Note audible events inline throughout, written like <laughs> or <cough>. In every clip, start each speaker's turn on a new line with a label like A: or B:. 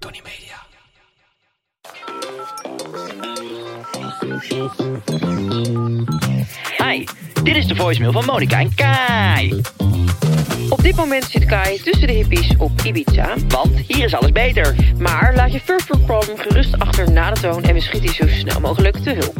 A: Tony Media.
B: Hi, dit is de voicemail van Monica en Kai.
C: Op dit moment zit Kai tussen de hippies op Ibiza.
B: Want hier is alles beter.
C: Maar laat je First World Problem gerust achter na de toon en we schieten je zo snel mogelijk te hulp.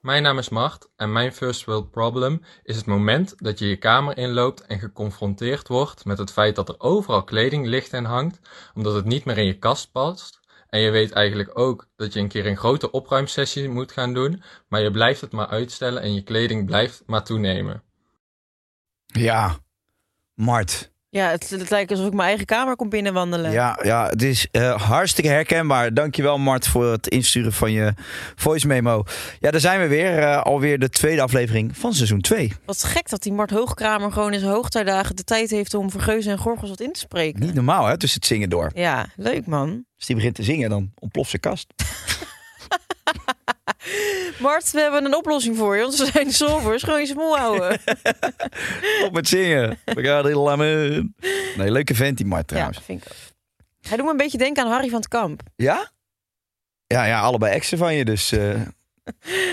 D: Mijn naam is Mart en mijn first world problem is het moment dat je je kamer inloopt en geconfronteerd wordt met het feit dat er overal kleding ligt en hangt, omdat het niet meer in je kast past. En je weet eigenlijk ook dat je een keer een grote opruimsessie moet gaan doen, maar je blijft het maar uitstellen en je kleding blijft maar toenemen.
E: Ja, Mart.
F: Ja, het, het lijkt alsof ik mijn eigen kamer kom binnenwandelen.
E: Ja, ja het is eh, hartstikke herkenbaar. Dankjewel, Mart, voor het insturen van je voice memo. Ja, daar zijn we weer. eh, alweer de tweede aflevering van seizoen 2.
F: Wat gek dat die Mart Hoogkramer gewoon in zijn hoogtijdagen de tijd heeft om voor Geuze en Gorgels wat in te spreken.
E: Niet normaal, hè? Dus het zingen door.
F: Ja, leuk man.
E: Als die begint te zingen, dan ontploft zijn kast.
F: Mart, we hebben een oplossing voor je, want we zijn sobers. Gewoon je smoel
E: <laughs>
F: houden.
E: Op met zingen. We gaan heel lang in. Nee, leuke vent die Mart
F: ja,
E: trouwens.
F: vind ik ook. Hij doet me een beetje denken aan Harry van het Kamp.
E: Ja? Ja, ja, allebei exen van je, dus... eh,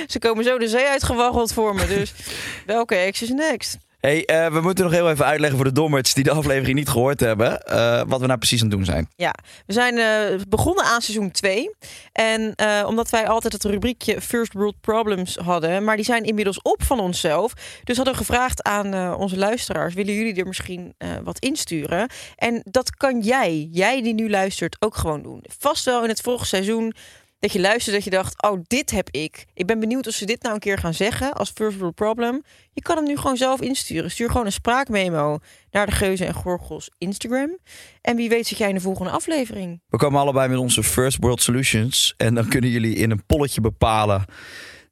F: Ze komen zo de zee uitgewaggeld voor me, dus
E: <laughs>
F: welke ex is next?
E: Hey, eh, we moeten nog heel even uitleggen voor de dommerts die de aflevering niet gehoord hebben. eh, wat we nou precies aan het doen zijn.
F: Ja, we zijn eh, begonnen aan seizoen 2. En eh, omdat wij altijd het rubriekje First World Problems hadden, maar die zijn inmiddels op van onszelf. Dus hadden we gevraagd aan eh, onze luisteraars: willen jullie er misschien eh, wat insturen? En dat kan jij, jij die nu luistert, ook gewoon doen. Vast wel in het vorige seizoen. Dat je luisterde, dat je dacht, oh, dit heb ik. Ik ben benieuwd of ze dit nou een keer gaan zeggen als First World Problem. Je kan hem nu gewoon zelf insturen. Stuur gewoon een spraakmemo naar de Geuze en Gorgels Instagram. En wie weet zit jij in de volgende aflevering.
E: We komen allebei met onze First World Solutions. En dan kunnen jullie in een polletje bepalen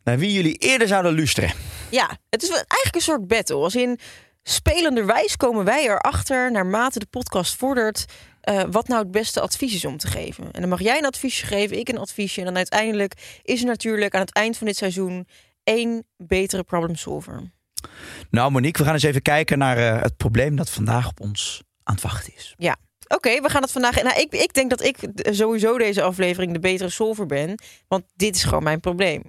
E: naar wie jullie eerder zouden luisteren.
F: Ja, het is wel eigenlijk een soort battle. Als in spelenderwijs komen wij erachter, naarmate de podcast vordert, eh, wat nou het beste advies is om te geven. En dan mag jij een adviesje geven, ik een adviesje. En dan uiteindelijk is er natuurlijk aan het eind van dit seizoen één betere problem solver.
E: Nou Monique, we gaan eens even kijken naar eh, het probleem dat vandaag op ons aan het wachten is.
F: Ja. Oké, we gaan het vandaag. Nou, ik, ik denk dat ik d- sowieso deze aflevering de betere solver ben. Want dit is gewoon mijn probleem.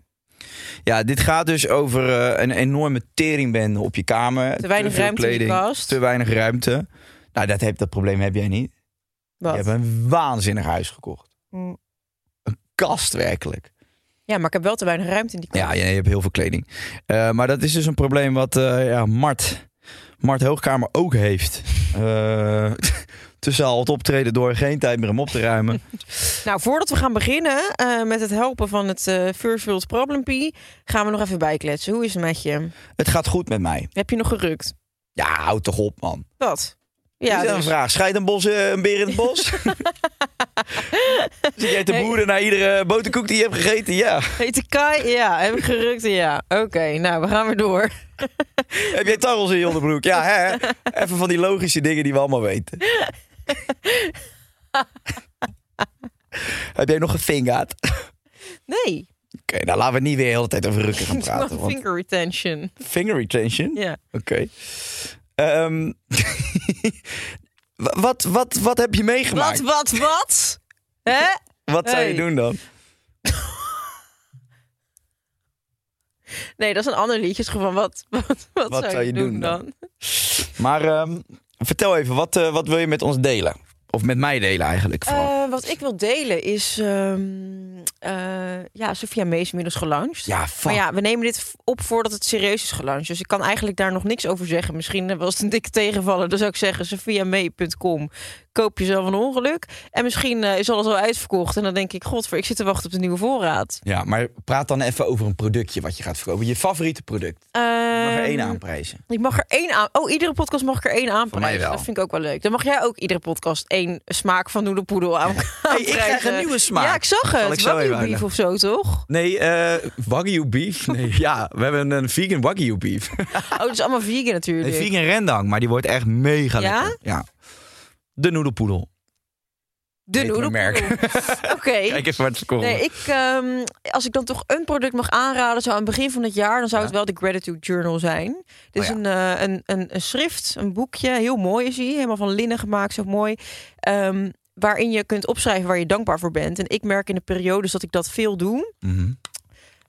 E: Ja, dit gaat dus over eh, een enorme teringbende op je kamer.
F: Te weinig
E: veel
F: ruimte in de
E: kleding,
F: kast.
E: Te weinig ruimte. Nou, dat, heb, dat probleem heb jij niet.
F: Wat?
E: Je hebt een waanzinnig huis gekocht.
F: Mm.
E: Kast werkelijk.
F: Ja, maar ik heb wel te weinig ruimte in die kast.
E: Ja, je hebt heel veel kleding. Eh, maar dat is dus een probleem wat eh, ja, Mart, Mart Hoogkamer ook heeft. Eh, <laughs> tussen al het optreden door geen tijd meer om op te
F: <laughs>
E: ruimen.
F: Nou, voordat we gaan beginnen eh, met het helpen van het eh, First World Problempie, gaan we nog even bijkletsen. Hoe is het met je?
E: Het gaat goed met mij.
F: Heb je nog gerukt?
E: Ja, houd toch op, man.
F: Wat?
E: Ja,
F: Ja,
E: is dat
F: dus-
E: een vraag. Scheidt een, bos, eh, een beer in het
F: <laughs>
E: bos? Zit jij te
F: Hey.
E: boeren naar iedere boterkoek die je hebt gegeten? Ja.
F: Heet Kai? Ja, heb ik gerukt? Ja. Oké, nou, we gaan weer door.
E: Heb jij tarrels in je onderbroek? Ja, hè? Even van die logische dingen die we allemaal
F: <laughs>
E: weten. Heb jij nog een vingaat?
F: <laughs> Nee,
E: Oké, nou laten we niet weer de hele tijd over rukken
F: <laughs>
E: gaan praten. Want
F: finger retention.
E: finger retention?
F: Ja.
E: Oké. Ehm, <laughs> wa- wat, wat, wat heb je meegemaakt?
F: Wat, wat, wat? <laughs> Hè?
E: Wat zou je
F: Hey.
E: doen dan?
F: Nee, dat is een ander liedje. Het is gewoon wat, <laughs> wat, wat, zou, je doen, dan?
E: Maar ehm, vertel even, wat, eh, wat wil je met ons delen? Of met mij delen eigenlijk vooral?
F: Eh, wat ik wil delen is... ehm, eh, ja, Sophia Mees is inmiddels gelaunched.
E: ja, fuck.
F: Maar ja, we nemen dit v- op voordat het serieus is gelanceerd. Dus ik kan eigenlijk daar nog niks over zeggen. Misschien eh, was het een dikke tegenvaller. Dan zou ik zeggen, sophiamee.com. Koop jezelf een ongeluk. En misschien eh, is alles al uitverkocht. En dan denk ik, godver, ik zit te wachten op de nieuwe voorraad.
E: Ja, maar praat dan even over een productje wat je gaat verkopen. Je favoriete product. Je mag er één
F: <laughs>
E: aanprijzen.
F: Ehm, Ik mag er één aan. Oh, iedere podcast mag ik er één
E: Voor
F: aanprijzen.
E: mij wel.
F: Dat vind ik ook wel leuk. Dan mag jij ook iedere podcast één smaak van
E: <laughs>
F: noedelpoedel aan.
E: Hey, ik krijg een
F: aanprijzen.
E: nieuwe smaak.
F: Ja, ik zag
E: Zal
F: het.
E: ik zo even
F: Wagyu beef
E: uitleggen.
F: of zo, toch?
E: Nee, eh wagyu beef. Nee, <laughs> ja, we hebben een vegan wagyu beef.
F: Oh, het is allemaal vegan natuurlijk.
E: Nee, vegan rendang, maar die wordt echt mega
F: Ja?
E: lekker. Ja. De noedelpoedel.
F: De
E: Heet mijn
F: noedelpoel.
E: merk.
F: <laughs> Oké.
E: Kijk even waar het verkocht
F: Nee,
E: wordt.
F: ik, ehm, als ik dan toch een product mag aanraden, zou aan het begin van het jaar, dan zou het wel de Gratitude Journal zijn. Dit is
E: Oh
F: een, eh, een, een, een schrift, een boekje, heel mooi is hij, helemaal van linnen gemaakt, zo mooi. ehm, waarin je kunt opschrijven waar je dankbaar voor bent. En ik merk in de periodes dat ik dat veel doe.
E: Mhm.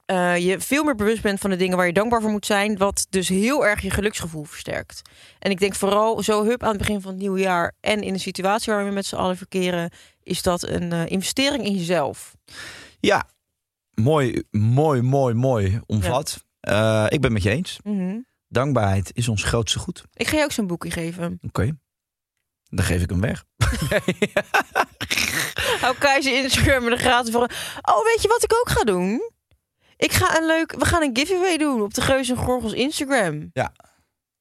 F: eh, je veel meer bewust bent van de dingen waar je dankbaar voor moet zijn. Wat dus heel erg je geluksgevoel versterkt. En ik denk vooral zo hup aan het begin van het nieuwe jaar. En in de situatie waar we met z'n allen verkeren. Is dat een eh, investering in jezelf.
E: Ja, mooi, mooi, mooi, mooi omvat. Eh, ik ben het met je eens.
F: Mhm.
E: Dankbaarheid is ons grootste goed.
F: Ik ga je ook zo'n boekje geven.
E: Oké. Dan geef ik hem weg.
F: <laughs> Hou Keizer Instagram en de gratis voor. Oh, weet je wat ik ook ga doen? Ik ga een leuk. We gaan een giveaway doen op de Geus en Gorgels Instagram.
E: Ja.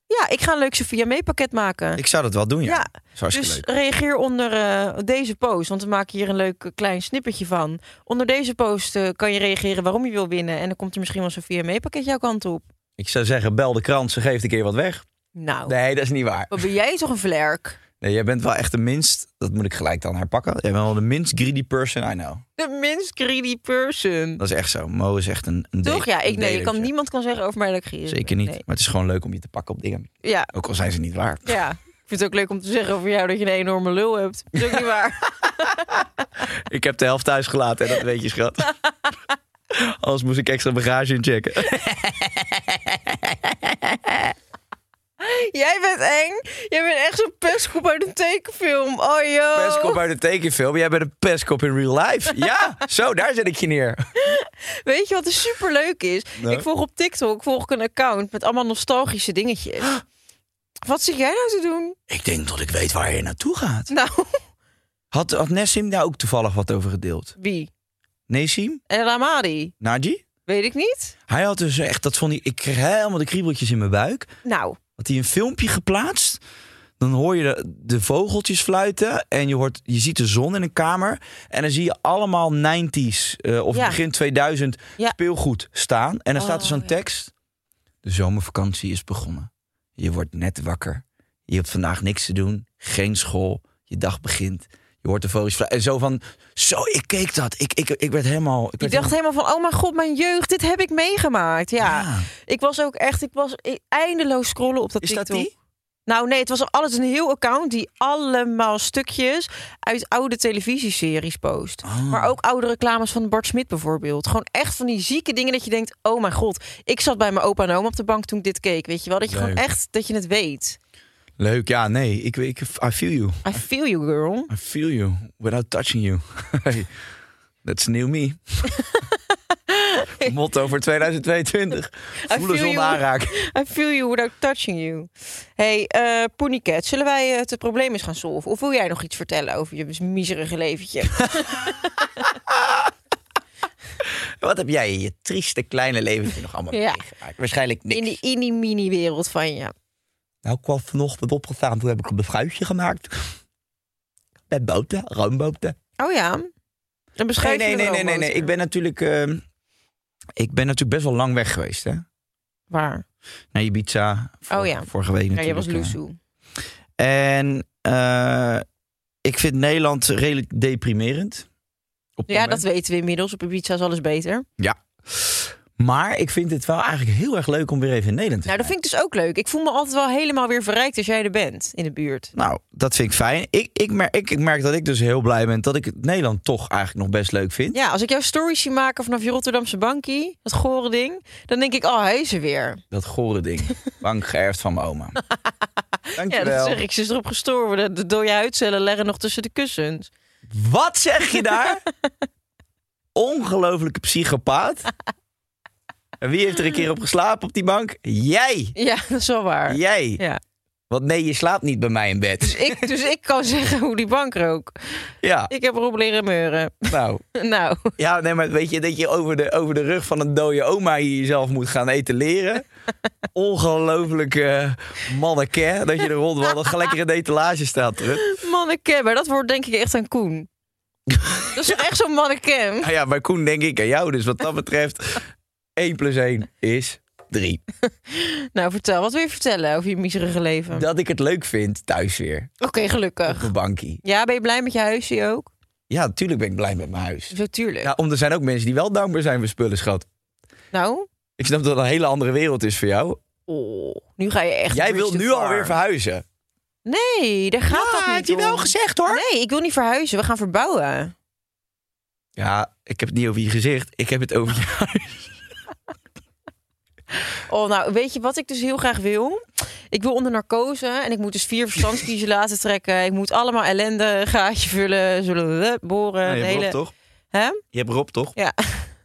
F: Ja, ik ga een leuk Sophia mee pakket maken.
E: Ik zou dat wel doen, ja.
F: Ja,
E: Dat is hartstikke
F: dus
E: leuk.
F: reageer onder eh, deze post. Want we maken hier een leuk eh, klein snippertje van. Onder deze post eh, kan je reageren waarom je wil winnen. En dan komt er misschien wel een Sophia mee pakket jouw kant op.
E: Ik zou zeggen, bel de krant, ze geeft een keer wat weg.
F: Nou,
E: Nee, dat is niet waar.
F: wat ben jij toch een vlerk?
E: Nee, jij bent wel echt de minst, dat moet ik gelijk dan herpakken. Jij bent wel de minst greedy person I know.
F: De minst greedy person.
E: Dat is echt zo. Mo is echt een, een
F: Toch?
E: de-
F: Ja, ik,
E: een
F: nee, ik kan,
E: delertje.
F: niemand kan zeggen over mij dat ik greedy ben.
E: Zeker niet.
F: Nee.
E: Maar het is gewoon leuk om je te pakken op dingen.
F: Ja,
E: Ook al zijn ze niet waar.
F: Ja, ik vind het ook leuk om te zeggen over jou dat je een enorme lul hebt. Dat is ook niet waar.
E: Ik heb de helft thuis gelaten, hè, dat weet je, <laughs> schat. Anders moest ik extra bagage inchecken.
F: <laughs> Jij bent eng. Jij bent echt zo'n pestkop uit een tekenfilm. Oh joh.
E: Pestkop uit de tekenfilm. Jij bent een pestkop in real <laughs> life. Ja, zo, daar zet ik je neer.
F: Weet je wat er super leuk is?
E: Nou?
F: Ik volg op TikTok volg ik een account met allemaal nostalgische dingetjes. Wat zit jij nou te doen?
E: Ik denk dat ik weet waar je naartoe gaat.
F: Nou,
E: Had, had Nessim daar ook toevallig wat over gedeeld?
F: wie?
E: Nessim?
F: En Ramadi?
E: Naji?
F: Weet ik niet.
E: Hij had dus echt, dat vond hij, ik kreeg helemaal de kriebeltjes in mijn buik.
F: Nou,
E: Had hij een filmpje geplaatst. Dan hoor je de, de vogeltjes fluiten en je, hoort, je ziet de zon in een kamer. En dan zie je allemaal 90s eh, of
F: Ja.
E: begin 2000
F: Ja.
E: speelgoed staan. En dan staat er
F: Oh,
E: zo'n
F: ja.
E: tekst. De zomervakantie is begonnen. Je wordt net wakker. Je hebt vandaag niks te doen. Geen school. Je dag begint. Je hoort de vogels fluiten. En zo van, zo, ik keek dat. Ik, ik, ik werd helemaal... Ik
F: ik
E: werd
F: dacht helemaal van, oh mijn god, mijn jeugd, dit heb ik meegemaakt. Ja,
E: helemaal- Ah,
F: ik was ook echt, ik was e-, eindeloos scrollen op dat
E: Is dat
F: TikTok.
E: die?
F: Nou nee, het was alles een heel account die allemaal stukjes uit oude televisieseries post.
E: Ah.
F: Maar ook oude reclames van Bart Smit bijvoorbeeld. Gewoon echt van die zieke dingen dat je denkt, oh mijn god. Ik zat bij mijn opa en oma op de bank toen ik dit keek, weet je wel. Dat je gewoon
E: Leuk.
F: echt, dat je het weet.
E: Leuk, ja, nee. Ik, ik, I feel you.
F: I feel you, girl.
E: I feel you without touching you. <laughs> Hey, that's new
F: <laughs>
E: me. Motto voor 2022. Voelen
F: feel
E: zonder
F: you.
E: aanraken.
F: I feel you without touching you. hey, eh Pony Cat, zullen wij eh, het probleem eens gaan solven? Of wil jij nog iets vertellen over je miserige
E: <laughs>
F: leventje?
E: Wat heb jij in je trieste kleine leventje nog allemaal
F: Ja.
E: meegemaakt? Waarschijnlijk niks.
F: In die mini-mini-wereld van je.
E: Nou, ik kwam vanochtend opgestaan. Toen heb ik een beschuitje gemaakt. Met boten, roomboten.
F: Oh ja. Een
E: Nee,
F: beschrijving.
E: nee, nee, nee, nee, nee. Ik ben natuurlijk... ehm, ik ben natuurlijk best wel lang weg geweest, hè?
F: Waar?
E: Naar Ibiza. Vor,
F: Oh ja.
E: Vorige week
F: Ja, je
E: natuurlijk.
F: was
E: eh,
F: Luzu.
E: En eh, ik vind Nederland redelijk deprimerend. Op het
F: Ja, dat
E: moment.
F: weten we inmiddels. Op Ibiza is alles beter.
E: Maar ik vind het wel eigenlijk heel erg leuk om weer even in Nederland te
F: Nou, dat
E: zijn.
F: vind ik dus ook leuk. Ik voel me altijd wel helemaal weer verrijkt als jij er bent in de buurt.
E: Nou, dat vind ik fijn. Ik, ik, merk, ik, ik merk dat ik dus heel blij ben dat ik het Nederland toch eigenlijk nog best leuk vind.
F: Ja, als ik jouw stories zie maken vanaf je Rotterdamse bankie, dat gore ding, dan denk ik, oh, hij is er weer.
E: Dat gore
F: <laughs>
E: ding. Bank geërfd van mijn oma.
F: Ja,
E: Dankjewel.
F: dat zeg ik. Ze is erop gestorven. De, de dode huidcellen leggen nog tussen de kussens.
E: Wat zeg je daar?
F: <laughs>
E: Ongelofelijke psychopaat. En wie heeft er een keer op geslapen op die bank? Jij.
F: Ja, <laughs> dat is wel waar.
E: Jij.
F: Ja.
E: Want nee, je slaapt niet bij mij in
F: <laughs>
E: bed.
F: Ik, dus ik kan zeggen hoe die bank rook.
E: Ja,
F: Ik heb erop leren meuren. <laughs>
E: nou.
F: Nou,
E: Ja, nee, maar weet je, dat je over de, over de rug van een dode oma hier jezelf moet gaan
F: <laughs>
E: etaleren. Ongelooflijk eh manneke, dat je er rondwandelt, gelijk in de
F: <laughs>
E: etalage staat. Trut.
F: Manneke, maar dat wordt denk ik echt aan
E: <laughs>
F: Koen. dat is echt zo'n manneke.
E: Nou ja, bij Koen denk ik aan jou, dus wat dat betreft, 1 plus 1 is 3.
F: Nou, vertel, wat wil je vertellen over je miserige leven?
E: Dat ik het leuk vind thuis weer,
F: Oké, gelukkig.
E: op een bankie.
F: Ja, ben je blij met je huisje ook?
E: Ja, natuurlijk ben ik blij met mijn huis.
F: Natuurlijk.
E: Ja, om, er zijn ook mensen die wel dankbaar zijn voor spullen, schat.
F: Nou,
E: Ik snap dat het een hele andere wereld is voor jou.
F: oh, nu ga je echt.
E: Jij
F: reach
E: wilt
F: too
E: nu
F: far.
E: alweer verhuizen.
F: Nee, daar gaat dat niet.
E: heb je wel
F: om.
E: gezegd hoor.
F: Nee, ik wil niet verhuizen. We gaan verbouwen.
E: Ja, ik heb het niet over je gezicht. Ik heb het over je huis.
F: Oh, nou, weet je wat ik dus heel graag wil? Ik wil onder narcose en ik moet dus vier verstandskiezen laten <laughs> trekken. Ik moet allemaal ellende, gaatje vullen, zullen we boren.
E: je
F: de
E: hebt
F: hele...
E: Rob toch?
F: Hè?
E: Je hebt Rob toch?
F: Ja.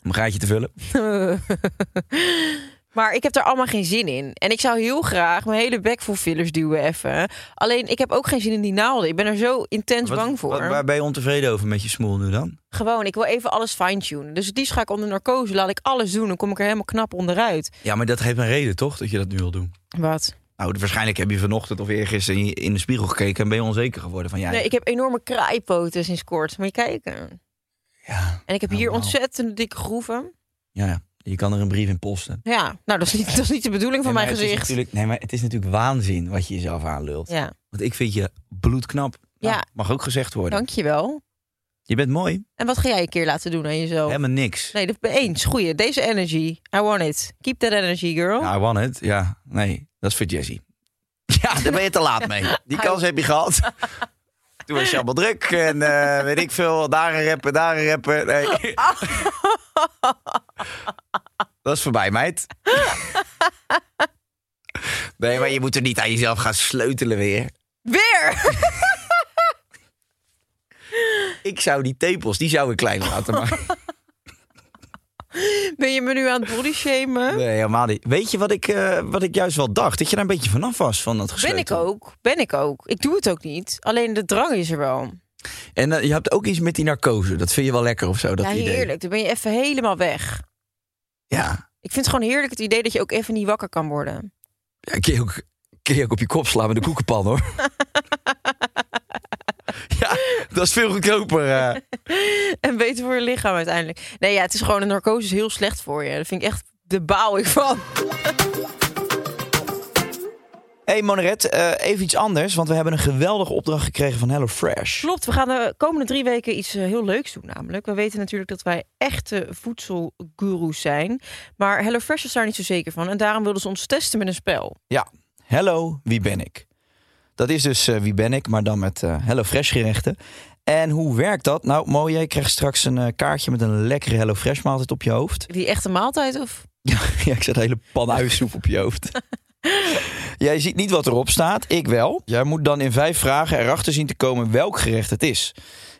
E: Om een gaatje te vullen.
F: <laughs> maar ik heb daar allemaal geen zin in. En ik zou heel graag mijn hele bek vol fillers duwen even. Alleen, ik heb ook geen zin in die naalden. Ik ben er zo intens bang voor.
E: waar ben je ontevreden over met je smoel nu dan?
F: Gewoon, ik wil even alles fine-tunen. Dus het liefst ga ik onder narcose, laat ik alles doen. Dan kom ik er helemaal knap onderuit.
E: Ja, maar dat heeft een reden toch, dat je dat nu wil doen?
F: Wat?
E: Nou, waarschijnlijk heb je vanochtend of eergisteren in je- in de spiegel gekeken en ben je onzeker geworden van ja.
F: Nee, ik heb enorme kraaipoten sinds kort. Moet je kijken.
E: ja,
F: En ik heb
E: Oh,
F: hier
E: wauw.
F: ontzettend dikke groeven.
E: ja, je kan er een brief in posten.
F: Ja, nou, dat is niet, <laughs> dat is niet de bedoeling van
E: Nee,
F: mijn
E: maar het is
F: gezicht.
E: natuurlijk- Nee, maar het is natuurlijk waanzin wat je jezelf aanlult.
F: Ja,
E: Want ik vind je bloedknap. Nou,
F: Ja.
E: Mag ook gezegd worden.
F: dankjewel.
E: Je bent mooi.
F: En wat ga jij een keer laten doen aan jezelf?
E: Helemaal niks.
F: Nee, dat eens. Goeie. Deze energy. I want it. Keep that energy, girl.
E: Nou, I want it. Ja, nee. Dat is voor Jessie. <laughs> Ja, daar ben je te laat mee. Die kans heb je
F: <laughs>
E: gehad. Toen was je allemaal druk en eh, weet ik veel. Daar een rappen, daar een rappen. Nee.
F: <laughs>
E: Dat is voorbij, meid. Nee, maar je moet er niet aan jezelf gaan sleutelen weer.
F: Weer! <laughs>
E: Ik zou die tepels, die zou ik kleiner laten maken.
F: <laughs> Ben je me nu aan het body shamen?
E: Nee, helemaal niet. Weet je wat ik, eh, wat ik juist wel dacht? Dat je daar een beetje vanaf was van dat
F: ben
E: gesleutel.
F: ik ook. Ben ik ook. Ik doe het ook niet. Alleen de drang is er wel.
E: En eh, je hebt ook iets met die narcose. Dat vind je wel lekker of zo, dat
F: ja,
E: idee.
F: heerlijk. Dan ben je even helemaal weg.
E: Ja,
F: Ik vind het gewoon heerlijk het idee dat je ook even niet wakker kan worden. <laughs>
E: ja kun, je ook, kun je ook op je kop slaan met de koekenpan, <laughs> hoor. ja, dat is veel goedkoper. eh.
F: En beter voor je lichaam uiteindelijk. Nee, ja, het is gewoon een narcose is heel slecht voor je. Dat vind ik echt, de baal ik van.
E: hey, Monaret, eh, even iets anders. Want we hebben een geweldige opdracht gekregen van HelloFresh.
F: Klopt, we gaan de komende drie weken iets eh, heel leuks doen namelijk. We weten natuurlijk dat wij echte voedselgoeroes zijn. Maar HelloFresh is daar niet zo zeker van. En daarom wilden ze ons testen met een spel.
E: Hello, wie ben ik? Dat is dus eh, wie ben ik, maar dan met eh Hello Fresh gerechten. En hoe werkt dat? Nou, mooi, jij krijgt straks een eh, kaartje met een lekkere Hello Fresh maaltijd op je hoofd.
F: Die echte maaltijd of...
E: <laughs> ja, ik zet een hele pan uiensoep op je hoofd. jij ziet niet wat erop staat, ik wel. Jij moet dan in vijf vragen erachter zien te komen welk gerecht het is.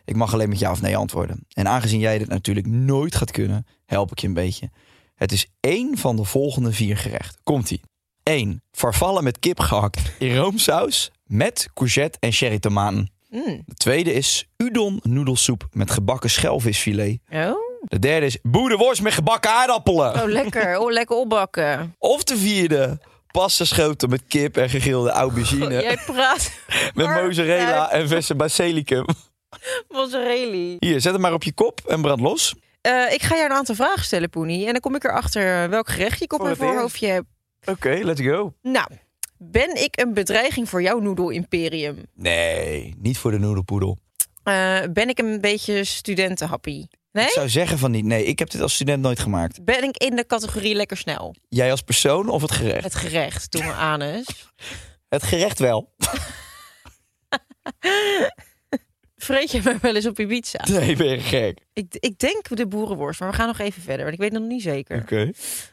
E: Ik mag alleen met ja of nee antwoorden. En aangezien jij dit natuurlijk nooit gaat kunnen, help ik je een beetje. Het is één van de volgende vier gerechten. Komt-ie. 1. Farvallen met kip gehakt in roomsaus met courgette en sherry tomaten.
F: Mm.
E: De tweede is udon noedelsoep met gebakken schelvisfilet. <laughs>
F: Oh.
E: De derde is boerenworst met gebakken aardappelen.
F: oh, lekker. Oh, lekker opbakken.
E: Of de vierde, pasta schoten met kip en gegrilde aubergine.
F: Jij praat <laughs>
E: met
F: maar-
E: mozzarella en verse basilicum.
F: mozzarella.
E: Hier, zet hem maar op je kop en brand los.
F: Eh ik ga jou een aantal vragen stellen, Poenie. En dan kom ik erachter eh, welk gerecht ik op
E: Voor
F: mijn
E: het eerst.
F: voorhoofdje heb.
E: Oké, let's go.
F: Nou, ben ik een bedreiging voor jouw noedel-imperium?
E: Nee, niet voor de noedelpoedel.
F: Eh, ben ik een beetje studentenhappy?
E: Ik
F: Nee?
E: zou zeggen van niet. Nee, ik heb dit als student nooit gemaakt.
F: Ben ik in de categorie lekker snel?
E: Jij als persoon of het gerecht?
F: Het gerecht, doe me anus.
E: Het gerecht wel.
F: Vreet je mij wel eens op Ibiza?
E: <laughs> Nee, ben je gek.
F: Ik, ik denk de boerenworst, maar we gaan nog even verder, want ik weet het nog niet zeker.
E: Oké.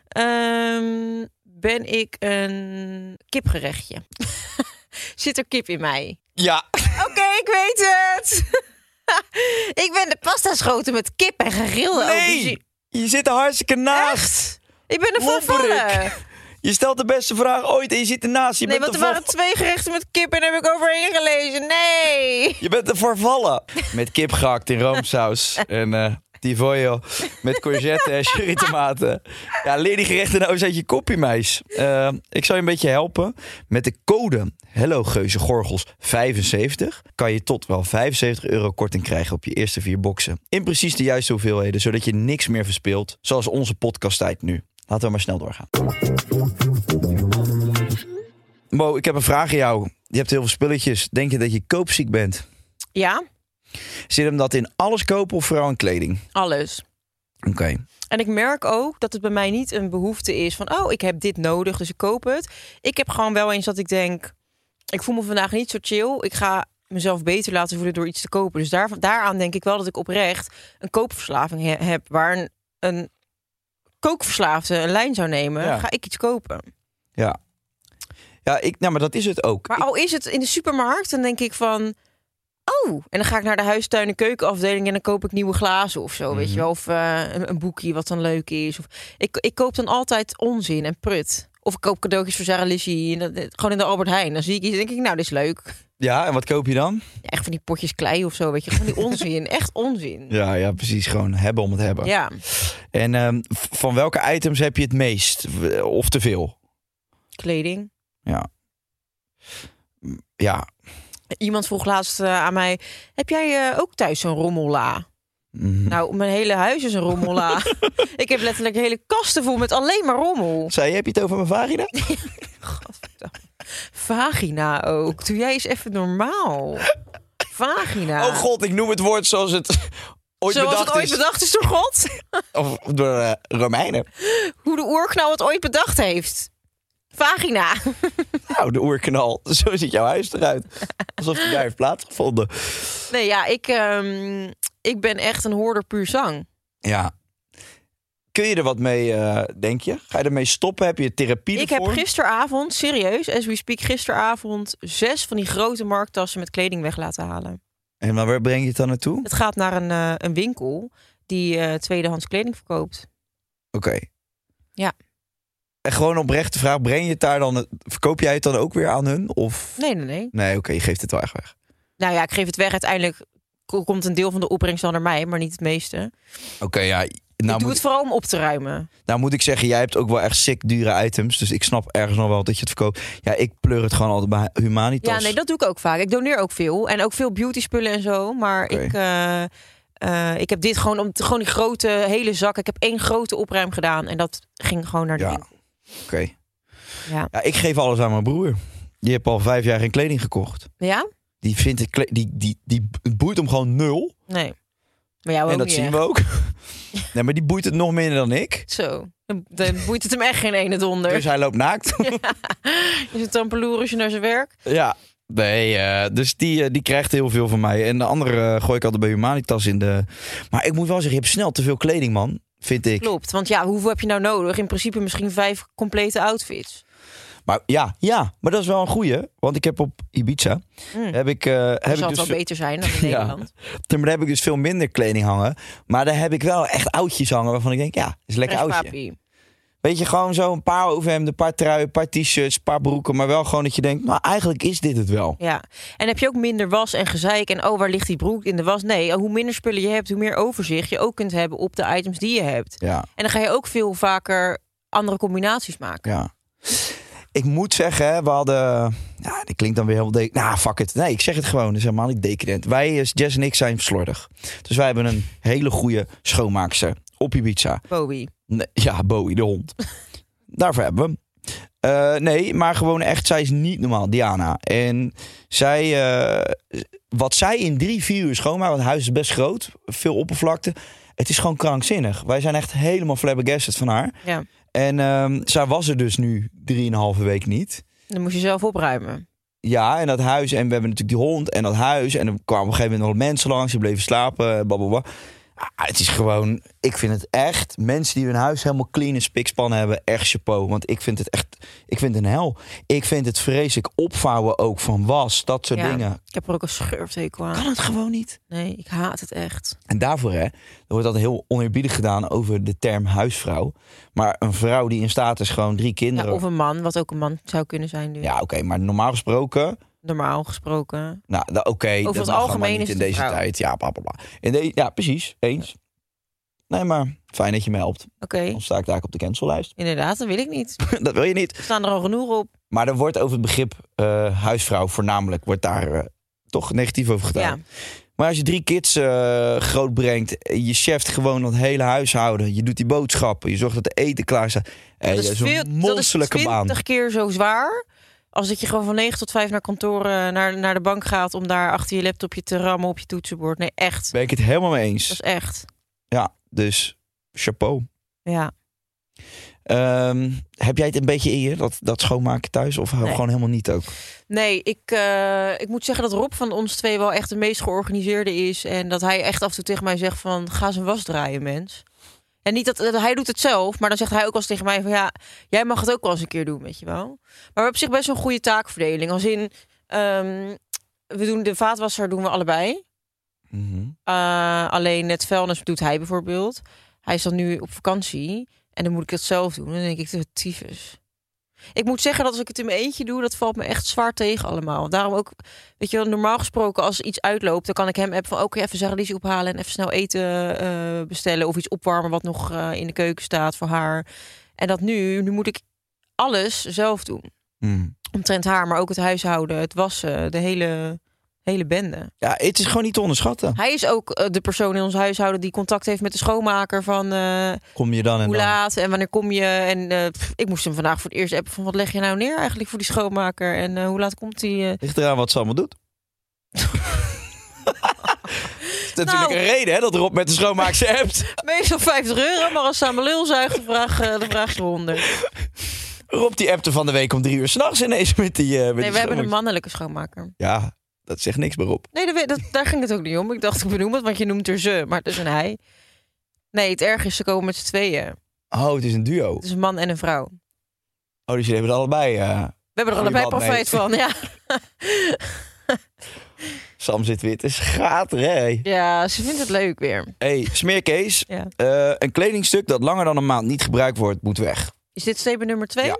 F: Ehm, ben ik een kipgerechtje? <laughs> Zit er kip in mij?
E: Ja.
F: Oké, ik weet het! <laughs> ik ben de pasta schoten met kip en gegrilde aubergine.
E: Nee, je zit er hartstikke naast.
F: Echt? Ik ben er
E: Lomperik.
F: vallen.
E: Je stelt de beste vraag ooit en je zit ernaast. Je
F: Nee,
E: bent
F: want er
E: ervan-
F: waren twee gerechten met kip en daar heb ik overheen gelezen. Nee!
E: Je bent er vervallen. Met kip gehakt in roomsaus. en eh tivoio met courgette en cherrytomaten. Ja, leer die gerechten nou eens uit je kopje, meis. Eh, ik zal je een beetje helpen. Met de code Hello Geuze Gorgels 75 kan je tot wel 75 euro korting krijgen op je eerste vier boxen. In precies de juiste hoeveelheden, zodat je niks meer verspeelt. Zoals onze podcasttijd nu. Laten we maar snel doorgaan. Mo, ik heb een vraag aan jou. Je hebt heel veel spulletjes. Denk je dat je koopziek bent?
F: Ja?
E: Zit hem dat in alles kopen of vooral in kleding?
F: Alles.
E: Oké.
F: En ik merk ook dat het bij mij niet een behoefte is van, oh, ik heb dit nodig, dus ik koop het. Ik heb gewoon wel eens dat ik denk, ik voel me vandaag niet zo chill. Ik ga mezelf beter laten voelen door iets te kopen. Dus daar, daaraan denk ik wel dat ik oprecht een koopverslaving he- heb. Waar een, een kookverslaafde een lijn zou nemen,
E: Ja.
F: ga ik iets kopen.
E: Ja. Ja, ik, nou, maar dat is het ook.
F: Maar
E: Ik-
F: al is het in de supermarkt, dan denk ik van... Oh, en dan ga ik naar de huistuin- en keukenafdeling... en dan koop ik nieuwe glazen of zo, weet je wel. Of eh, een, een boekje wat dan leuk is. Of, ik, ik koop dan altijd onzin en prut. Of ik koop cadeautjes voor Sarah Lizzie. En dat- dat- gewoon in de Albert Heijn. Dan zie ik iets en denk ik, nou, dit is leuk.
E: ja, en wat koop je dan?
F: Ja, echt van die potjes klei of zo, weet je. Gewoon die onzin. Echt onzin.
E: Ja, ja, precies. Gewoon hebben om het hebben.
F: Ja.
E: En ehm, v- van welke items heb je het meest? W- Of te veel?
F: kleding.
E: Ja. M, Ja.
F: Iemand vroeg laatst eh, aan mij... Heb jij eh, ook thuis zo'n rommella?
E: Mhm.
F: Nou, mijn hele huis is een rommella. <laughs> ik heb letterlijk hele kasten vol met alleen maar rommel.
E: Zei je, heb je het over mijn vagina?
F: Godverdamme. Vagina ook. Doe jij eens even normaal. Vagina.
E: Oh god, ik noem het woord zoals het <laughs> ooit
F: Zoals
E: bedacht
F: het ooit
E: is.
F: bedacht is door God.
E: Of door eh, Romeinen.
F: Hoe de oerknal het ooit bedacht heeft. Vagina.
E: Nou, de oerknal. <laughs> Zo ziet jouw huis eruit. Alsof je daar heeft plaatsgevonden.
F: Nee, ja, ik, ehm, ik ben echt een hoorder puur zang.
E: Ja. Kun je er wat mee, eh, denk je? Ga je ermee stoppen? Heb je therapie
F: Ik heb
E: ervoor?
F: gisteravond, serieus, as we speak, gisteravond zes van die grote markttassen met kleding weg laten halen.
E: En maar waar breng je het dan naartoe?
F: Het gaat naar een, eh, een winkel die eh, tweedehands kleding verkoopt.
E: Oké.
F: Ja.
E: En gewoon oprecht de vraag, breng je het daar dan... Verkoop jij het dan ook weer aan hun? Of...
F: Nee, nee, nee.
E: Nee, oké, je geeft het wel echt weg.
F: Nou ja, ik geef het weg. Uiteindelijk ko- komt een deel van de opbrengst dan naar mij, maar niet het meeste.
E: Oké, ja. Nou
F: ik doe
E: moet,
F: het vooral om op te ruimen.
E: nou moet ik zeggen, jij hebt ook wel echt sick dure items. Dus ik snap ergens nog wel dat je het verkoopt. Ja, ik pleur het gewoon altijd bij Humanitas.
F: Ja, nee, dat doe ik ook vaak. Ik doneer ook veel. En ook veel beauty spullen en zo. Maar
E: Oké.
F: ik, eh, eh, ik heb dit gewoon om gewoon die grote hele zak. Ik heb één grote opruim gedaan. En dat ging gewoon naar de
E: Ja.
F: winkel.
E: Oké.
F: Ja.
E: Ja, ik geef alles aan mijn broer. Die heeft al vijf jaar geen kleding gekocht.
F: ja?
E: Die vindt het, kle- die, die, die het boeit hem gewoon nul.
F: Nee. Maar jou
E: en
F: ook
E: dat
F: niet
E: zien
F: echt.
E: we ook. <laughs> nee, maar die boeit het nog minder dan ik.
F: Zo. Dan- Dan boeit het hem echt geen ene donder.
E: Dus hij loopt
F: <laughs>
E: naakt.
F: Is het dan peloerisje naar zijn werk?
E: ja. Nee, eh, dus die, eh, die krijgt heel veel van mij. En de andere eh, gooi ik altijd bij Humanitas in de... Maar ik moet wel zeggen, je hebt snel te veel kleding, man. Vind ik.
F: Klopt. Want ja, hoeveel heb je nou nodig? In principe misschien vijf complete outfits.
E: Maar ja, ja, maar dat is wel een goeie. Want ik heb op Ibiza...
F: Mm.
E: Heb ik, eh,
F: Dan
E: heb
F: zal
E: ik
F: het
E: dus
F: wel beter zijn dan
E: <laughs>
F: in
E: Ja.
F: Nederland.
E: Toen heb ik dus veel minder kleding hangen. Maar daar heb ik wel echt oudjes hangen waarvan ik denk, ja, is een lekker
F: Fresh
E: oudje.
F: papi.
E: Weet je, gewoon zo een paar overhemden, een paar truien, een paar t-shirts, een paar broeken. Maar wel gewoon dat je denkt, nou eigenlijk is dit het wel.
F: Ja, en heb je ook minder was en gezeik en oh, waar ligt die broek in de was? Nee, hoe minder spullen je hebt, hoe meer overzicht je ook kunt hebben op de items die je hebt.
E: Ja,
F: En dan ga je ook veel vaker andere combinaties maken.
E: ja. Ik moet zeggen, hè, we hadden... Ja, dat klinkt dan weer helemaal... De- nou, fuck it. Nee, ik zeg het gewoon. Dat is helemaal niet decadent. Wij, eh, Jess en ik, zijn slordig. Dus wij hebben een hele goede schoonmaakster op Ibiza.
F: Bobby.
E: Nee, <laughs> ja, Bowie, de hond. Daarvoor hebben we hem. Eh, nee, maar gewoon echt, zij is niet normaal, Diana. En zij, eh, wat zij in drie, vier uur schoonmaakt, want het huis is best groot, veel oppervlakte. Het is gewoon krankzinnig. Wij zijn echt helemaal flabbergasted van haar.
F: Ja.
E: En ehm, zij was er dus nu drieënhalve week niet.
F: Dan moest je zelf opruimen.
E: Ja, en dat huis, en we hebben natuurlijk die hond en dat huis. En er kwamen op een gegeven moment nog mensen langs, die bleven slapen, blablabla. Ah, het is gewoon, ik vind het echt, mensen die hun huis helemaal clean en spikspan hebben, echt chapeau. Want ik vind het echt, ik vind het een hel. Ik vind het vreselijk opvouwen ook van was, dat soort
F: Ja.
E: dingen.
F: Ik heb er ook een schurftekel aan.
E: Kan het gewoon niet.
F: Nee, ik haat het echt.
E: En daarvoor, hè, er wordt dat heel oneerbiedig gedaan over de term huisvrouw. Maar een vrouw die in staat is gewoon drie
F: Ja,
E: kinderen.
F: of een man, wat ook een man zou kunnen zijn nu.
E: Ja, oké, maar normaal gesproken
F: Normaal gesproken.
E: Nou, da- oké, dat
F: het
E: mag allemaal
F: algemeen
E: niet
F: is
E: in
F: het een
E: deze
F: vrouw.
E: tijd. Ja, bla, bla, bla. In de, ja, precies, eens. Nee, maar fijn dat je me helpt.
F: Oké,
E: Dan sta ik daar op de cancellijst. <laughs>
F: inderdaad, dat wil ik niet.
E: dat wil je niet.
F: Er staan er al genoeg op.
E: Maar er wordt over het begrip eh, huisvrouw voornamelijk wordt daar eh, toch negatief over gedaan.
F: Ja,
E: Maar als je drie kids groot grootbrengt, eh, je cheft gewoon dat hele huishouden, je doet die boodschappen, Eh, je zorgt dat de eten klaar staat. Hey, dat, is
F: veel-
E: een monsterlijke
F: dat is
E: baan.
F: 20 keer zo zwaar Als dat je gewoon van 9 tot 5 naar kantoor, eh, naar, naar de bank gaat om daar achter je laptopje te rammen op je toetsenbord. Nee, echt.
E: Ben ik het helemaal mee
F: Dat is
E: eens.
F: echt.
E: Ja, dus chapeau.
F: Ja.
E: Ehm, heb jij het een beetje in je, dat, dat schoonmaken thuis? Of
F: Nee.
E: gewoon helemaal niet ook?
F: Nee, ik, eh, ik moet zeggen dat Rob van ons twee wel echt de meest georganiseerde is. En dat hij echt af en toe tegen mij zegt van, ga zijn was draaien, mens. En niet dat, dat hij doet het zelf, maar dan zegt hij ook wel eens tegen mij van, ja, jij mag het ook wel eens een keer doen, weet je wel. Maar we hebben op zich best wel een goede taakverdeling. Als in, ehm, we doen de vaatwasser doen we allebei.
E: Mhm.
F: Eh, alleen het vuilnis doet hij bijvoorbeeld. Hij is dan nu op vakantie en dan moet ik het zelf doen. En dan denk ik, de tyfus. Ik moet zeggen dat als ik het in mijn eentje doe, dat valt me echt zwaar tegen allemaal. Daarom ook, weet je wel, normaal gesproken als iets uitloopt, dan kan ik hem appen van oké, even Sarah-Lise ophalen en even snel eten eh, bestellen of iets opwarmen wat nog eh, in de keuken staat voor haar. En dat nu, nu moet ik alles zelf doen.
E: Mm.
F: Omtrent haar, maar ook het huishouden, het wassen, de hele, hele bende.
E: Ja, het is gewoon niet te onderschatten.
F: Hij is ook eh, de persoon in ons huishouden die contact heeft met de schoonmaker van eh,
E: Kom je dan en
F: hoe
E: dan.
F: laat en wanneer kom je. En eh, pff, ik moest hem vandaag voor het eerst appen van wat leg je nou neer eigenlijk voor die schoonmaker en eh, hoe laat komt hij. eh?
E: Ligt eraan wat ze allemaal
F: <laughs>
E: doet. Het is natuurlijk
F: Nou.
E: een reden hè, dat Rob met de schoonmaak ze
F: <laughs>
E: hebt.
F: meestal 50 euro, maar als ze aan mijn lul zuigt, dan vraag, eh, dan vraag ze 100.
E: Rob die appte van de week om drie uur s'nachts ineens met die, eh met die
F: Nee, we hebben
E: schoonmaak.
F: een mannelijke schoonmaker.
E: Ja, dat zegt niks meer op.
F: Nee, dat, weet- dat, daar ging het ook niet om. Ik dacht, ik benoem het, want je noemt er ze, maar het is een hij. Nee, het erg is, ze komen met z'n tweeën.
E: Oh, het is een duo.
F: Het is een man en een vrouw.
E: Oh, dus jullie hebben het allebei. eh.
F: We hebben er
E: Goeie
F: allebei
E: band, nee.
F: profijt van,
E: <laughs>
F: ja.
E: Sam zit weer te schateren, hè.
F: Ja, ze vindt het leuk weer.
E: Hey, smeerkees.
F: Ja.
E: Eh, een kledingstuk dat langer dan een maand niet gebruikt wordt, moet weg.
F: Is dit statement nummer twee?
E: Ja.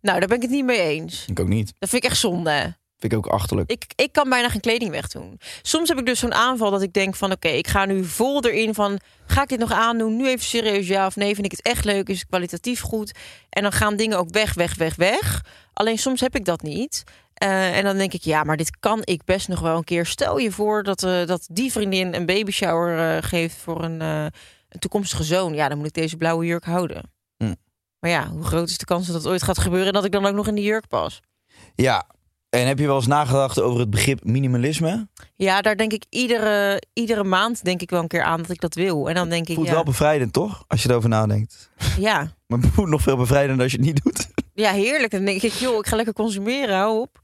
F: Nou, daar ben ik het niet mee eens.
E: Ik ook niet.
F: Dat vind ik echt zonde.
E: Vind ik ook achterlijk.
F: Ik, ik kan bijna geen kleding wegdoen. Soms heb ik dus zo'n aanval dat ik denk van... oké, ik ga nu vol erin van... ga ik dit nog aandoen? Nu even serieus ja of nee? Vind ik het echt leuk? Is het kwalitatief goed? En dan gaan dingen ook weg, weg, weg, weg. Alleen soms heb ik dat niet. Eh, en dan denk ik, ja, maar dit kan ik best nog wel een keer. Stel je voor dat, eh, dat die vriendin een babyshower eh, geeft... voor een, eh, een toekomstige zoon. Ja, dan moet ik deze blauwe jurk houden.
E: Hm.
F: Maar ja, hoe groot is de kans dat dat ooit gaat gebeuren... en dat ik dan ook nog in die jurk pas?
E: Ja. En heb je wel eens nagedacht over het begrip minimalisme?
F: Ja, daar denk ik iedere, iedere maand denk ik wel een keer aan dat ik dat wil. En dan denk ik,
E: Voelt
F: ja,
E: wel bevrijdend, toch? Als je erover nadenkt.
F: ja,
E: Maar <laughs> het voelt nog veel bevrijdender als je het niet doet.
F: ja, heerlijk. Dan denk ik, joh, ik ga lekker consumeren, hou op.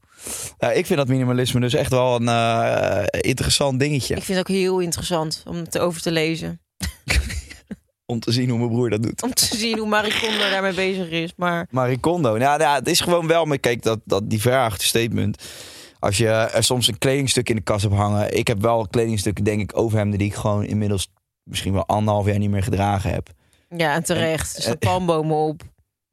E: Ja, ik vind dat minimalisme dus echt wel een eh, interessant dingetje.
F: Ik vind het ook heel interessant om het over te lezen. <laughs>
E: Om te zien hoe mijn broer dat doet.
F: Om te zien hoe Marie Kondo daarmee bezig is. Maar
E: Marie Kondo. Nou ja, het is gewoon wel, maar kijk, dat, dat, die vraag, het statement. Als je er soms een kledingstuk in de kast hebt hangen. Ik heb wel kledingstukken, denk ik, overhemden die ik gewoon inmiddels misschien wel anderhalf jaar niet meer gedragen heb.
F: ja, en terecht. Er staan palmbomen op.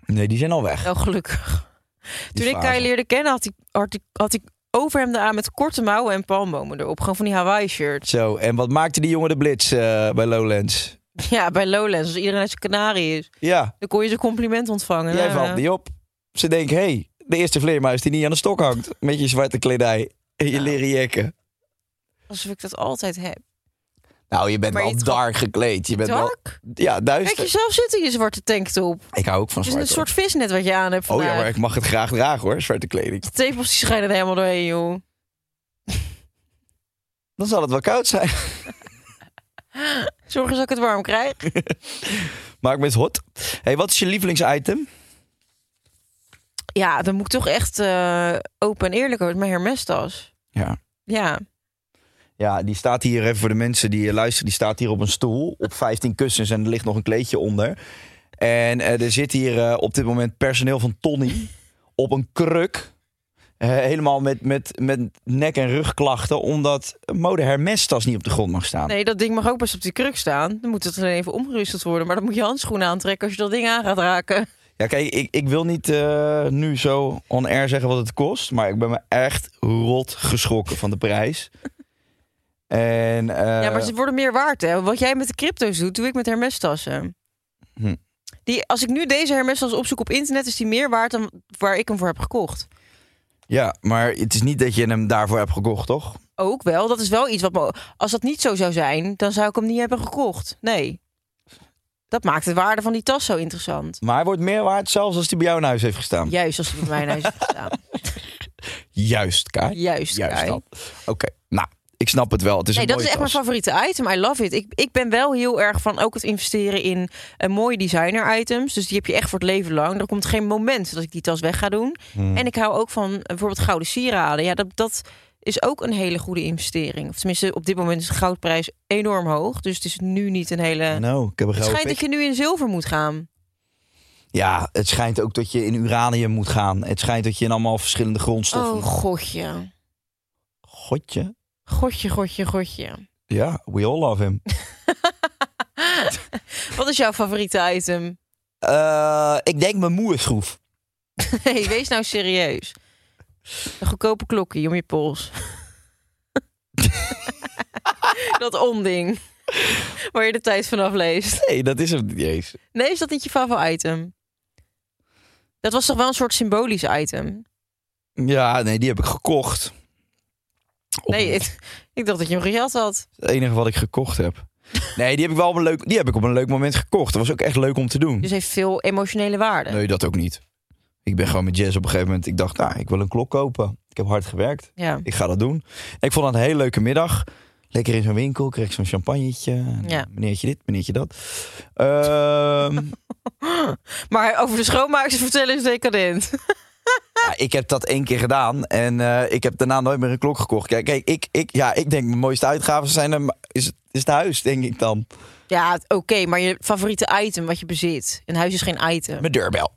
E: Nee, die zijn al weg.
F: Wel gelukkig.
E: die
F: Toen ik
E: fase.
F: Kai leerde kennen, had ik, had ik, had ik overhemden aan met korte mouwen en palmbomen erop. Gewoon van die Hawaii-shirt.
E: Zo, en wat maakte die jongen de blitz eh, bij Lowlands?
F: <laughs> Ja, bij Lowlands, als iedereen uit zijn kanarie is.
E: Ja,
F: Dan kon je zijn compliment ontvangen.
E: jij
F: Nou, ja.
E: valt niet op. Ze denken, hé, hey, de eerste vleermuis die niet aan de stok hangt. Met je zwarte kledij en je leren jekken.
F: Alsof ik dat altijd heb.
E: Nou, je bent
F: Maar
E: wel
F: je tra-
E: dark gekleed. Je bent wel,
F: Dark?
E: ja,
F: Kijk
E: duister.
F: jezelf zitten in je zwarte tanktop. Het
E: Ik hou ook van
F: is
E: zwart.
F: een soort visnet wat je aan hebt
E: hoor. Oh
F: vandaag.
E: ja, maar ik mag het graag dragen hoor, zwarte kleding.
F: De tepels die schijnen er helemaal doorheen, joh.
E: Dan zal het wel koud zijn. <laughs>
F: Zorg eens dat ik het warm
E: <laughs>
F: krijg.
E: Maak me eens hot. hey, wat is je lievelingsitem?
F: Ja, dan moet ik toch echt eh, open en eerlijk over mijn Hermes-tas.
E: Ja.
F: Ja,
E: Ja, die staat hier even voor de mensen die eh, luisteren. Die staat hier op een stoel op 15 kussens en er ligt nog een kleedje onder. En eh, er zit hier eh, op dit moment personeel van Tony op een kruk. Eh, helemaal met, met, met nek- en rugklachten. Omdat mode Hermes tas niet op de grond mag staan.
F: nee, dat ding mag ook best op die kruk staan. Dan moet het alleen even omgerusteld worden. Maar dan moet je handschoenen aantrekken als je dat ding aan gaat raken.
E: Ja, kijk, ik, ik wil niet eh, nu zo on air zeggen wat het kost. Maar ik ben me echt rot geschrokken van de
F: <laughs>
E: prijs. En, eh,
F: ja, maar ze worden meer waard, hè. Wat jij met de crypto's doet, doe ik met Hermes-tassen.
E: Hm.
F: Die, als ik nu deze Hermes-tas opzoek op internet, is die meer waard dan waar ik hem voor heb gekocht.
E: Ja, maar het is niet dat je hem daarvoor hebt gekocht, toch?
F: ook wel. Dat is wel iets wat me. Als dat niet zo zou zijn, dan zou ik hem niet hebben gekocht. Nee. Dat maakt de waarde van die tas zo interessant.
E: Maar hij wordt meer waard zelfs als hij bij jou in huis heeft gestaan.
F: Juist als het bij mij in huis
E: <laughs>
F: heeft gestaan.
E: Juist, Kai.
F: Juist, Kai.
E: dat. Oké, nou, ik snap het wel. Het is
F: Nee,
E: een
F: dat is
E: mooie
F: echt mijn
E: tas.
F: favoriete item. I love it. Ik, ik ben wel heel erg van ook het investeren in eh, mooie designer items. Dus die heb je echt voor het leven lang. Er komt geen moment dat ik die tas weg ga doen.
E: Hmm.
F: En ik hou ook van eh, bijvoorbeeld gouden sieraden. Ja, dat, dat is ook een hele goede investering. Of tenminste, op dit moment is de goudprijs enorm hoog. Dus het is nu niet een hele...
E: Nou, ik heb een gouden
F: het schijnt dat
E: pik.
F: je nu in zilver moet gaan.
E: Ja, het schijnt ook dat je in uranium moet gaan. Het schijnt dat je in allemaal verschillende grondstoffen...
F: Oh, godje.
E: Godje.
F: Godje, godje, godje.
E: Ja, we all love him. <laughs>
F: Wat is jouw favoriete item? <laughs>
E: Eh, ik denk mijn moerschroef.
F: hey, wees nou serieus. Een goedkope klokkie om je pols. <laughs> dat onding. Waar je de tijd vanaf leest.
E: Nee, dat is hem niet eens.
F: Nee, is dat niet je favoriete item? Dat was toch wel een soort symbolisch item?
E: Ja, nee, die heb ik gekocht. Op-
F: Nee, het- <laughs> ik dacht dat je hem gejat had.
E: Het enige wat ik gekocht heb. Nee, die heb ik wel op een leuk, die heb ik op een leuk moment gekocht. Dat was ook echt leuk om te doen.
F: Dus heeft veel emotionele waarde.
E: Nee, dat ook niet. Ik ben gewoon met Jess op een gegeven moment. Ik dacht, nou, ik wil een klok kopen. Ik heb hard gewerkt.
F: Ja.
E: Ik ga dat doen. En ik vond het een hele leuke middag. Lekker in zo'n winkel, kreeg zo'n champagnetje. En,
F: Ja.
E: eh, Meneertje dit, meneertje dat. Ehm,
F: Maar over de schoonmaakster vertellen is decadent.
E: ja, ik heb dat één keer gedaan. En eh, ik heb daarna nooit meer een klok gekocht. Kijk, kijk ik, ik, ja, ik denk mijn mooiste uitgaven zijn hem, is, is het huis, denk ik dan.
F: Ja, oké, maar je favoriete item wat je bezit. Een huis is geen item.
E: Mijn deurbel.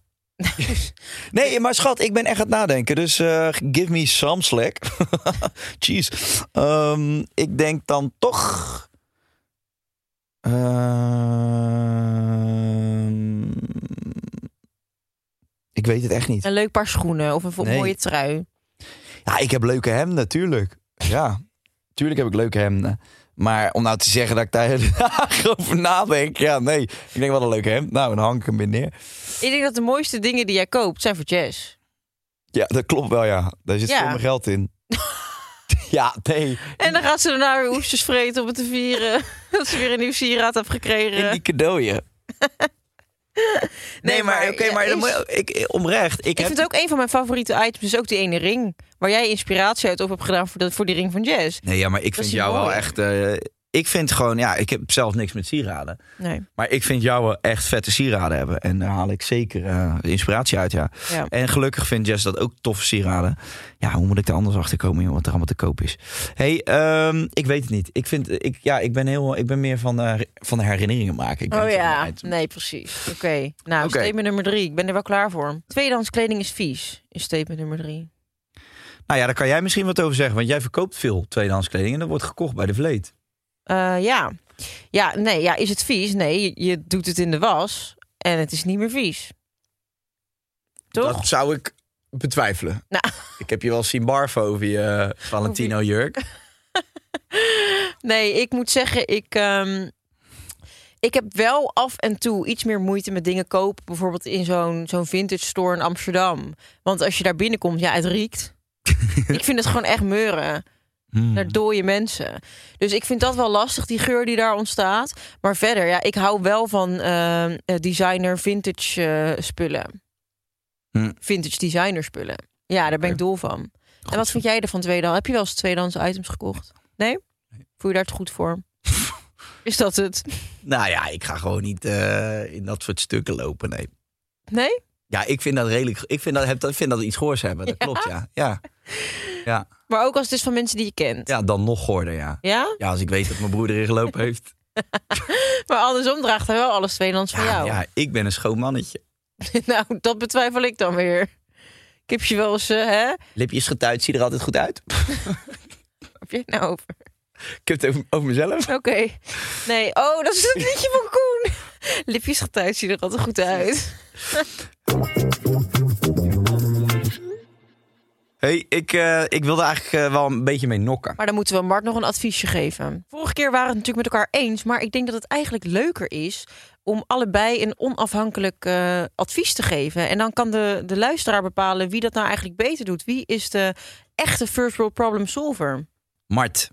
E: nee, maar schat, ik ben echt aan het nadenken. Dus eh, give me some slack. <laughs> Jeez. Ehm, ik denk dan toch... Ehm, ik weet het echt niet.
F: Een leuk paar schoenen of een vo-
E: Nee.
F: mooie trui.
E: Ja, ik heb leuke hemden, natuurlijk. Ja, natuurlijk heb ik leuke hemden. Maar om nou te zeggen dat ik daar heel <laughs> dag over nadenk... Ja, nee. Ik denk, wat een leuk hemd. Nou, dan hang ik hem weer neer.
F: Ik denk dat de mooiste dingen die jij koopt zijn voor Jess.
E: Ja, dat klopt wel, ja. Daar zit
F: Ja.
E: veel meer geld
F: <laughs>
E: in. ja, nee.
F: En dan gaat ze daarna weer oesters vreten om het te vieren. <laughs> dat ze weer een nieuw sieraad heeft
E: In
F: gekregen.
E: die cadeautje. Nee, maar oké,
F: ja,
E: maar
F: is-
E: dan moet je- ik, omrecht. Ik,
F: Ik
E: heb,
F: vind ook een van mijn favoriete items is ook die ene ring. Waar jij inspiratie uit op hebt gedaan voor, dat, voor die ring van Jess.
E: Nee, ja, maar ik vind
F: is
E: jou wel
F: mooi.
E: echt... eh, ik vind gewoon, ja, ik heb zelf niks met sieraden.
F: Nee,
E: Maar ik vind jou wel echt vette sieraden hebben. En daar haal ik zeker eh, inspiratie uit, ja.
F: ja.
E: En gelukkig vindt Jess dat ook toffe sieraden. Ja, hoe moet ik er anders achter komen, joh, wat er allemaal te koop is? hey, ehm, ik weet het niet. Ik, vind, ik, ja, ik, ben, heel, ik ben meer van, eh, van herinneringen maken. Ik ben
F: Oh
E: niet van
F: ja,
E: uit-
F: nee, precies. Oké, nou,
E: Oké.
F: statement nummer drie. Ik ben er wel klaar voor. Tweedehands kleding is vies, is statement nummer drie.
E: Nou ja, daar kan jij misschien wat over zeggen. Want jij verkoopt veel tweedehands kleding en dat wordt gekocht bij de vleet.
F: Eh, ja. ja, nee, ja, is het vies? Nee, je, je doet het in de was en het is niet meer vies. Toch?
E: Dat zou ik betwijfelen.
F: Nou.
E: Ik heb je wel zien barven over je Valentino
F: <laughs>
E: jurk.
F: <laughs> Nee, ik moet zeggen, ik, ehm, ik heb wel af en toe iets meer moeite met dingen kopen. Bijvoorbeeld in zo'n zo'n vintage store in Amsterdam. Want als je daar binnenkomt, ja, het riekt. ik vind het gewoon echt meuren.
E: Hmm.
F: Naar dode mensen. Dus ik vind dat wel lastig, die geur die daar ontstaat. Maar verder, ja, ik hou wel van ehm, eh, designer vintage eh, spullen.
E: Hm.
F: Vintage designer spullen. Ja, daar ben ik dol van. en wat vind jij ervan tweedehands? Heb je wel eens tweedehands items gekocht? Nee? Voel je daar het goed
E: <laughs>
F: voor? Is dat het?
E: Nou ja, ik ga gewoon niet eh, in dat soort stukken lopen, nee.
F: Nee?
E: Ja, ik vind dat redelijk... Ik vind dat, heb, dat- vind dat iets goors hebben, dat klopt, ja. ja. Ja.
F: Maar ook als het is van mensen die je kent.
E: Ja, dan nog goorder, ja.
F: Ja?
E: Ja, als ik weet dat mijn broer erin gelopen heeft.
F: Maar andersom draagt hij wel alles tweedehands voor
E: Ja,
F: jou.
E: ja, ik ben een schoon mannetje.
F: <laughs> nou, dat betwijfel ik dan weer. Ik heb je wel eens, eh, hè?
E: Lipjes getuit, zie er altijd goed uit.
F: Heb je het nou over?
E: Ik heb het over, over mezelf.
F: Oké. Nee, oh, dat is het liedje van Koen. Lipjes getuigd zien er altijd goed uit.
E: hey, ik, eh, ik wilde eigenlijk eh, wel een beetje mee nokken.
F: Maar dan moeten we Mart nog een adviesje geven. Vorige keer waren we het natuurlijk met elkaar eens, maar ik denk dat het eigenlijk leuker is om allebei een onafhankelijk eh, advies te geven. En dan kan de, de luisteraar bepalen wie dat nou eigenlijk beter doet. Wie is de echte first world problem solver?
E: Mart,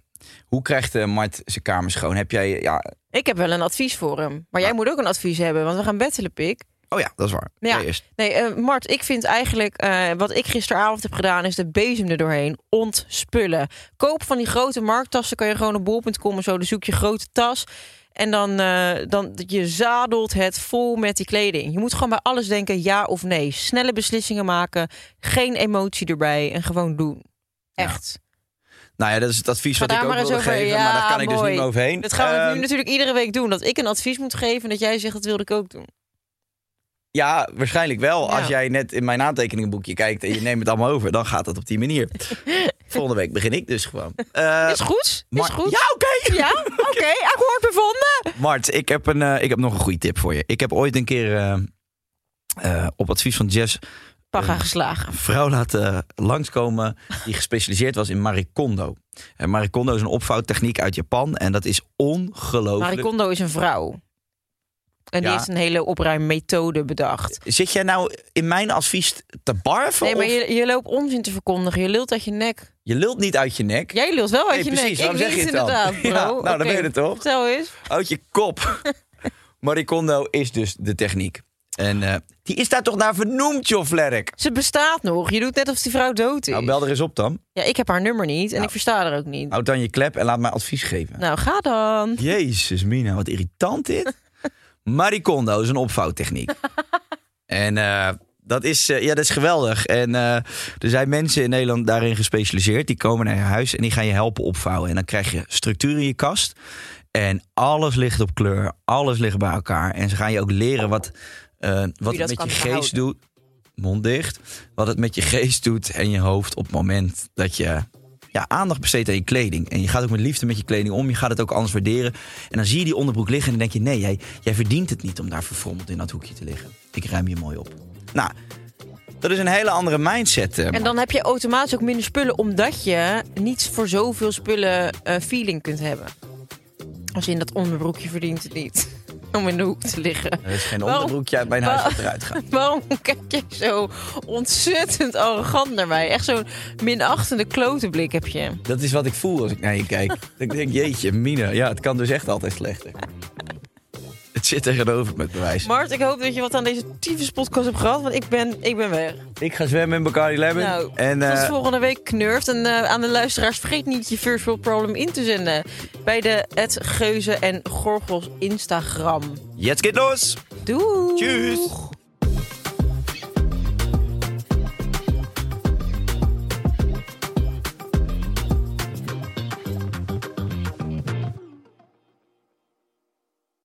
E: Hoe krijgt eh, Mart zijn kamer schoon? Heb jij, ja,
F: Ik heb wel een advies voor hem. Maar jij moet ook een advies hebben, want we gaan bettelen, pik.
E: oh ja, dat is waar.
F: Ja.
E: Jij eerst.
F: Nee, eh, Mart, ik vind eigenlijk eh, wat ik gisteravond heb gedaan, is de bezem er doorheen ontspullen. Koop van die grote markttassen, kan je gewoon op bol.com en zo, dan zoek je grote tas. En dan, eh, dan je zadelt het vol met die kleding. Je moet gewoon bij alles denken ja of nee. Snelle beslissingen maken, geen emotie erbij en gewoon doen. Echt.
E: Nou ja, dat is het advies
F: Ga
E: wat ik
F: daar
E: ook
F: maar eens
E: wilde
F: over-
E: geven,
F: ja,
E: maar daar kan ik dus
F: mooi.
E: niet meer overheen.
F: Dat gaan we
E: Ehm,
F: nu natuurlijk iedere week doen. Dat ik een advies moet geven en dat jij zegt dat wilde ik ook doen.
E: Ja, waarschijnlijk wel.
F: Ja.
E: Als jij net in mijn aantekeningenboekje kijkt en je neemt het allemaal over, dan gaat dat op die
F: <laughs>
E: manier. Volgende week begin ik dus gewoon. Eh,
F: Is goed? Is
E: Mar-
F: goed?
E: Ja, oké.
F: Ja? Oké, <laughs> akkoord bevonden.
E: Mart, ik heb, een, eh, ik heb nog een goede tip voor je. Ik heb ooit een keer eh, eh, op advies van Jess
F: Paga geslagen.
E: een vrouw laten eh, langskomen die gespecialiseerd was in maricondo. En maricondo is een opvouwtechniek uit Japan en dat is ongelooflijk.
F: Maricondo is een vrouw. En die
E: Ja.
F: heeft een hele opruimmethode bedacht.
E: Zit jij nou in mijn advies te barven?
F: Nee, maar
E: of
F: je, je loopt onzin te verkondigen. Je lult uit je nek.
E: je lult niet uit je nek.
F: Jij lult wel
E: Nee,
F: uit je
E: precies.
F: nek. Ik
E: Waarom zeg
F: niet
E: je het dan?
F: inderdaad, bro.
E: <laughs> Ja, nou, dan
F: Oké.
E: ben je er toch?
F: Vertel eens.
E: Uit je
F: <laughs>
E: kop. Maricondo is dus de techniek. En eh, die is daar toch naar vernoemd, joh, Vlerk?
F: Ze bestaat nog. Je doet net alsof die vrouw dood is.
E: Nou, bel Nou. Ah. er eens op dan.
F: Ja, ik heb haar nummer niet en ik versta haar ook niet.
E: Houd dan je klep en laat mij advies geven.
F: Nou, ga dan.
E: Jezus, Mina, wat irritant
F: <laughs>
E: dit. Maricondo is een opvouwtechniek. en eh, dat, is, eh, ja, dat is geweldig. En eh, er zijn mensen in Nederland daarin gespecialiseerd. Die komen naar je huis en die gaan je helpen opvouwen. En dan krijg je structuur in je kast. En alles ligt op kleur. Alles ligt bij elkaar. En ze gaan je ook leren wat, eh, wat
F: dat
E: het met
F: kan
E: je
F: behouden.
E: geest doet. Mond dicht. Wat het met je geest doet en je hoofd op het moment dat je ja, aandacht besteedt aan je kleding. En je gaat ook met liefde met je kleding om. Je gaat het ook anders waarderen. En dan zie je die onderbroek liggen en dan denk je... nee, jij, jij verdient het niet om daar verfrommeld in dat hoekje te liggen. Ik ruim je mooi op. Nou, dat is een hele andere mindset. eh,
F: En
E: Mark.
F: dan heb je automatisch ook minder spullen, omdat je niet voor zoveel spullen eh, feeling kunt hebben. Als in dat onderbroekje verdient het niet. <laughs> Om in de hoek te liggen.
E: Er is geen
F: Waarom-
E: onderbroekje uit mijn huis
F: Waar-
E: wat eruit gaat.
F: Waarom kijk jij zo ontzettend arrogant naar mij? Echt zo'n minachtende klote blik heb je.
E: Dat is wat ik voel als ik naar je kijk. Dat ik denk, jeetje, Mina. Ja, het kan dus echt altijd slechter. Het zit tegenover met bewijs.
F: Mart, ik hoop dat je wat aan deze tyfus podcast hebt gehad, want ik ben, ik ben weg.
E: Ik ga zwemmen in Bacardi Lemon.
F: Nou,
E: en
F: Tot
E: eh,
F: volgende week knurft. En eh, aan de luisteraars, vergeet niet je First World Problem in te zenden. Bij de Ed Geuze en Gorgels Instagram.
E: jetzt geht los.
F: Doei!
E: Tjus.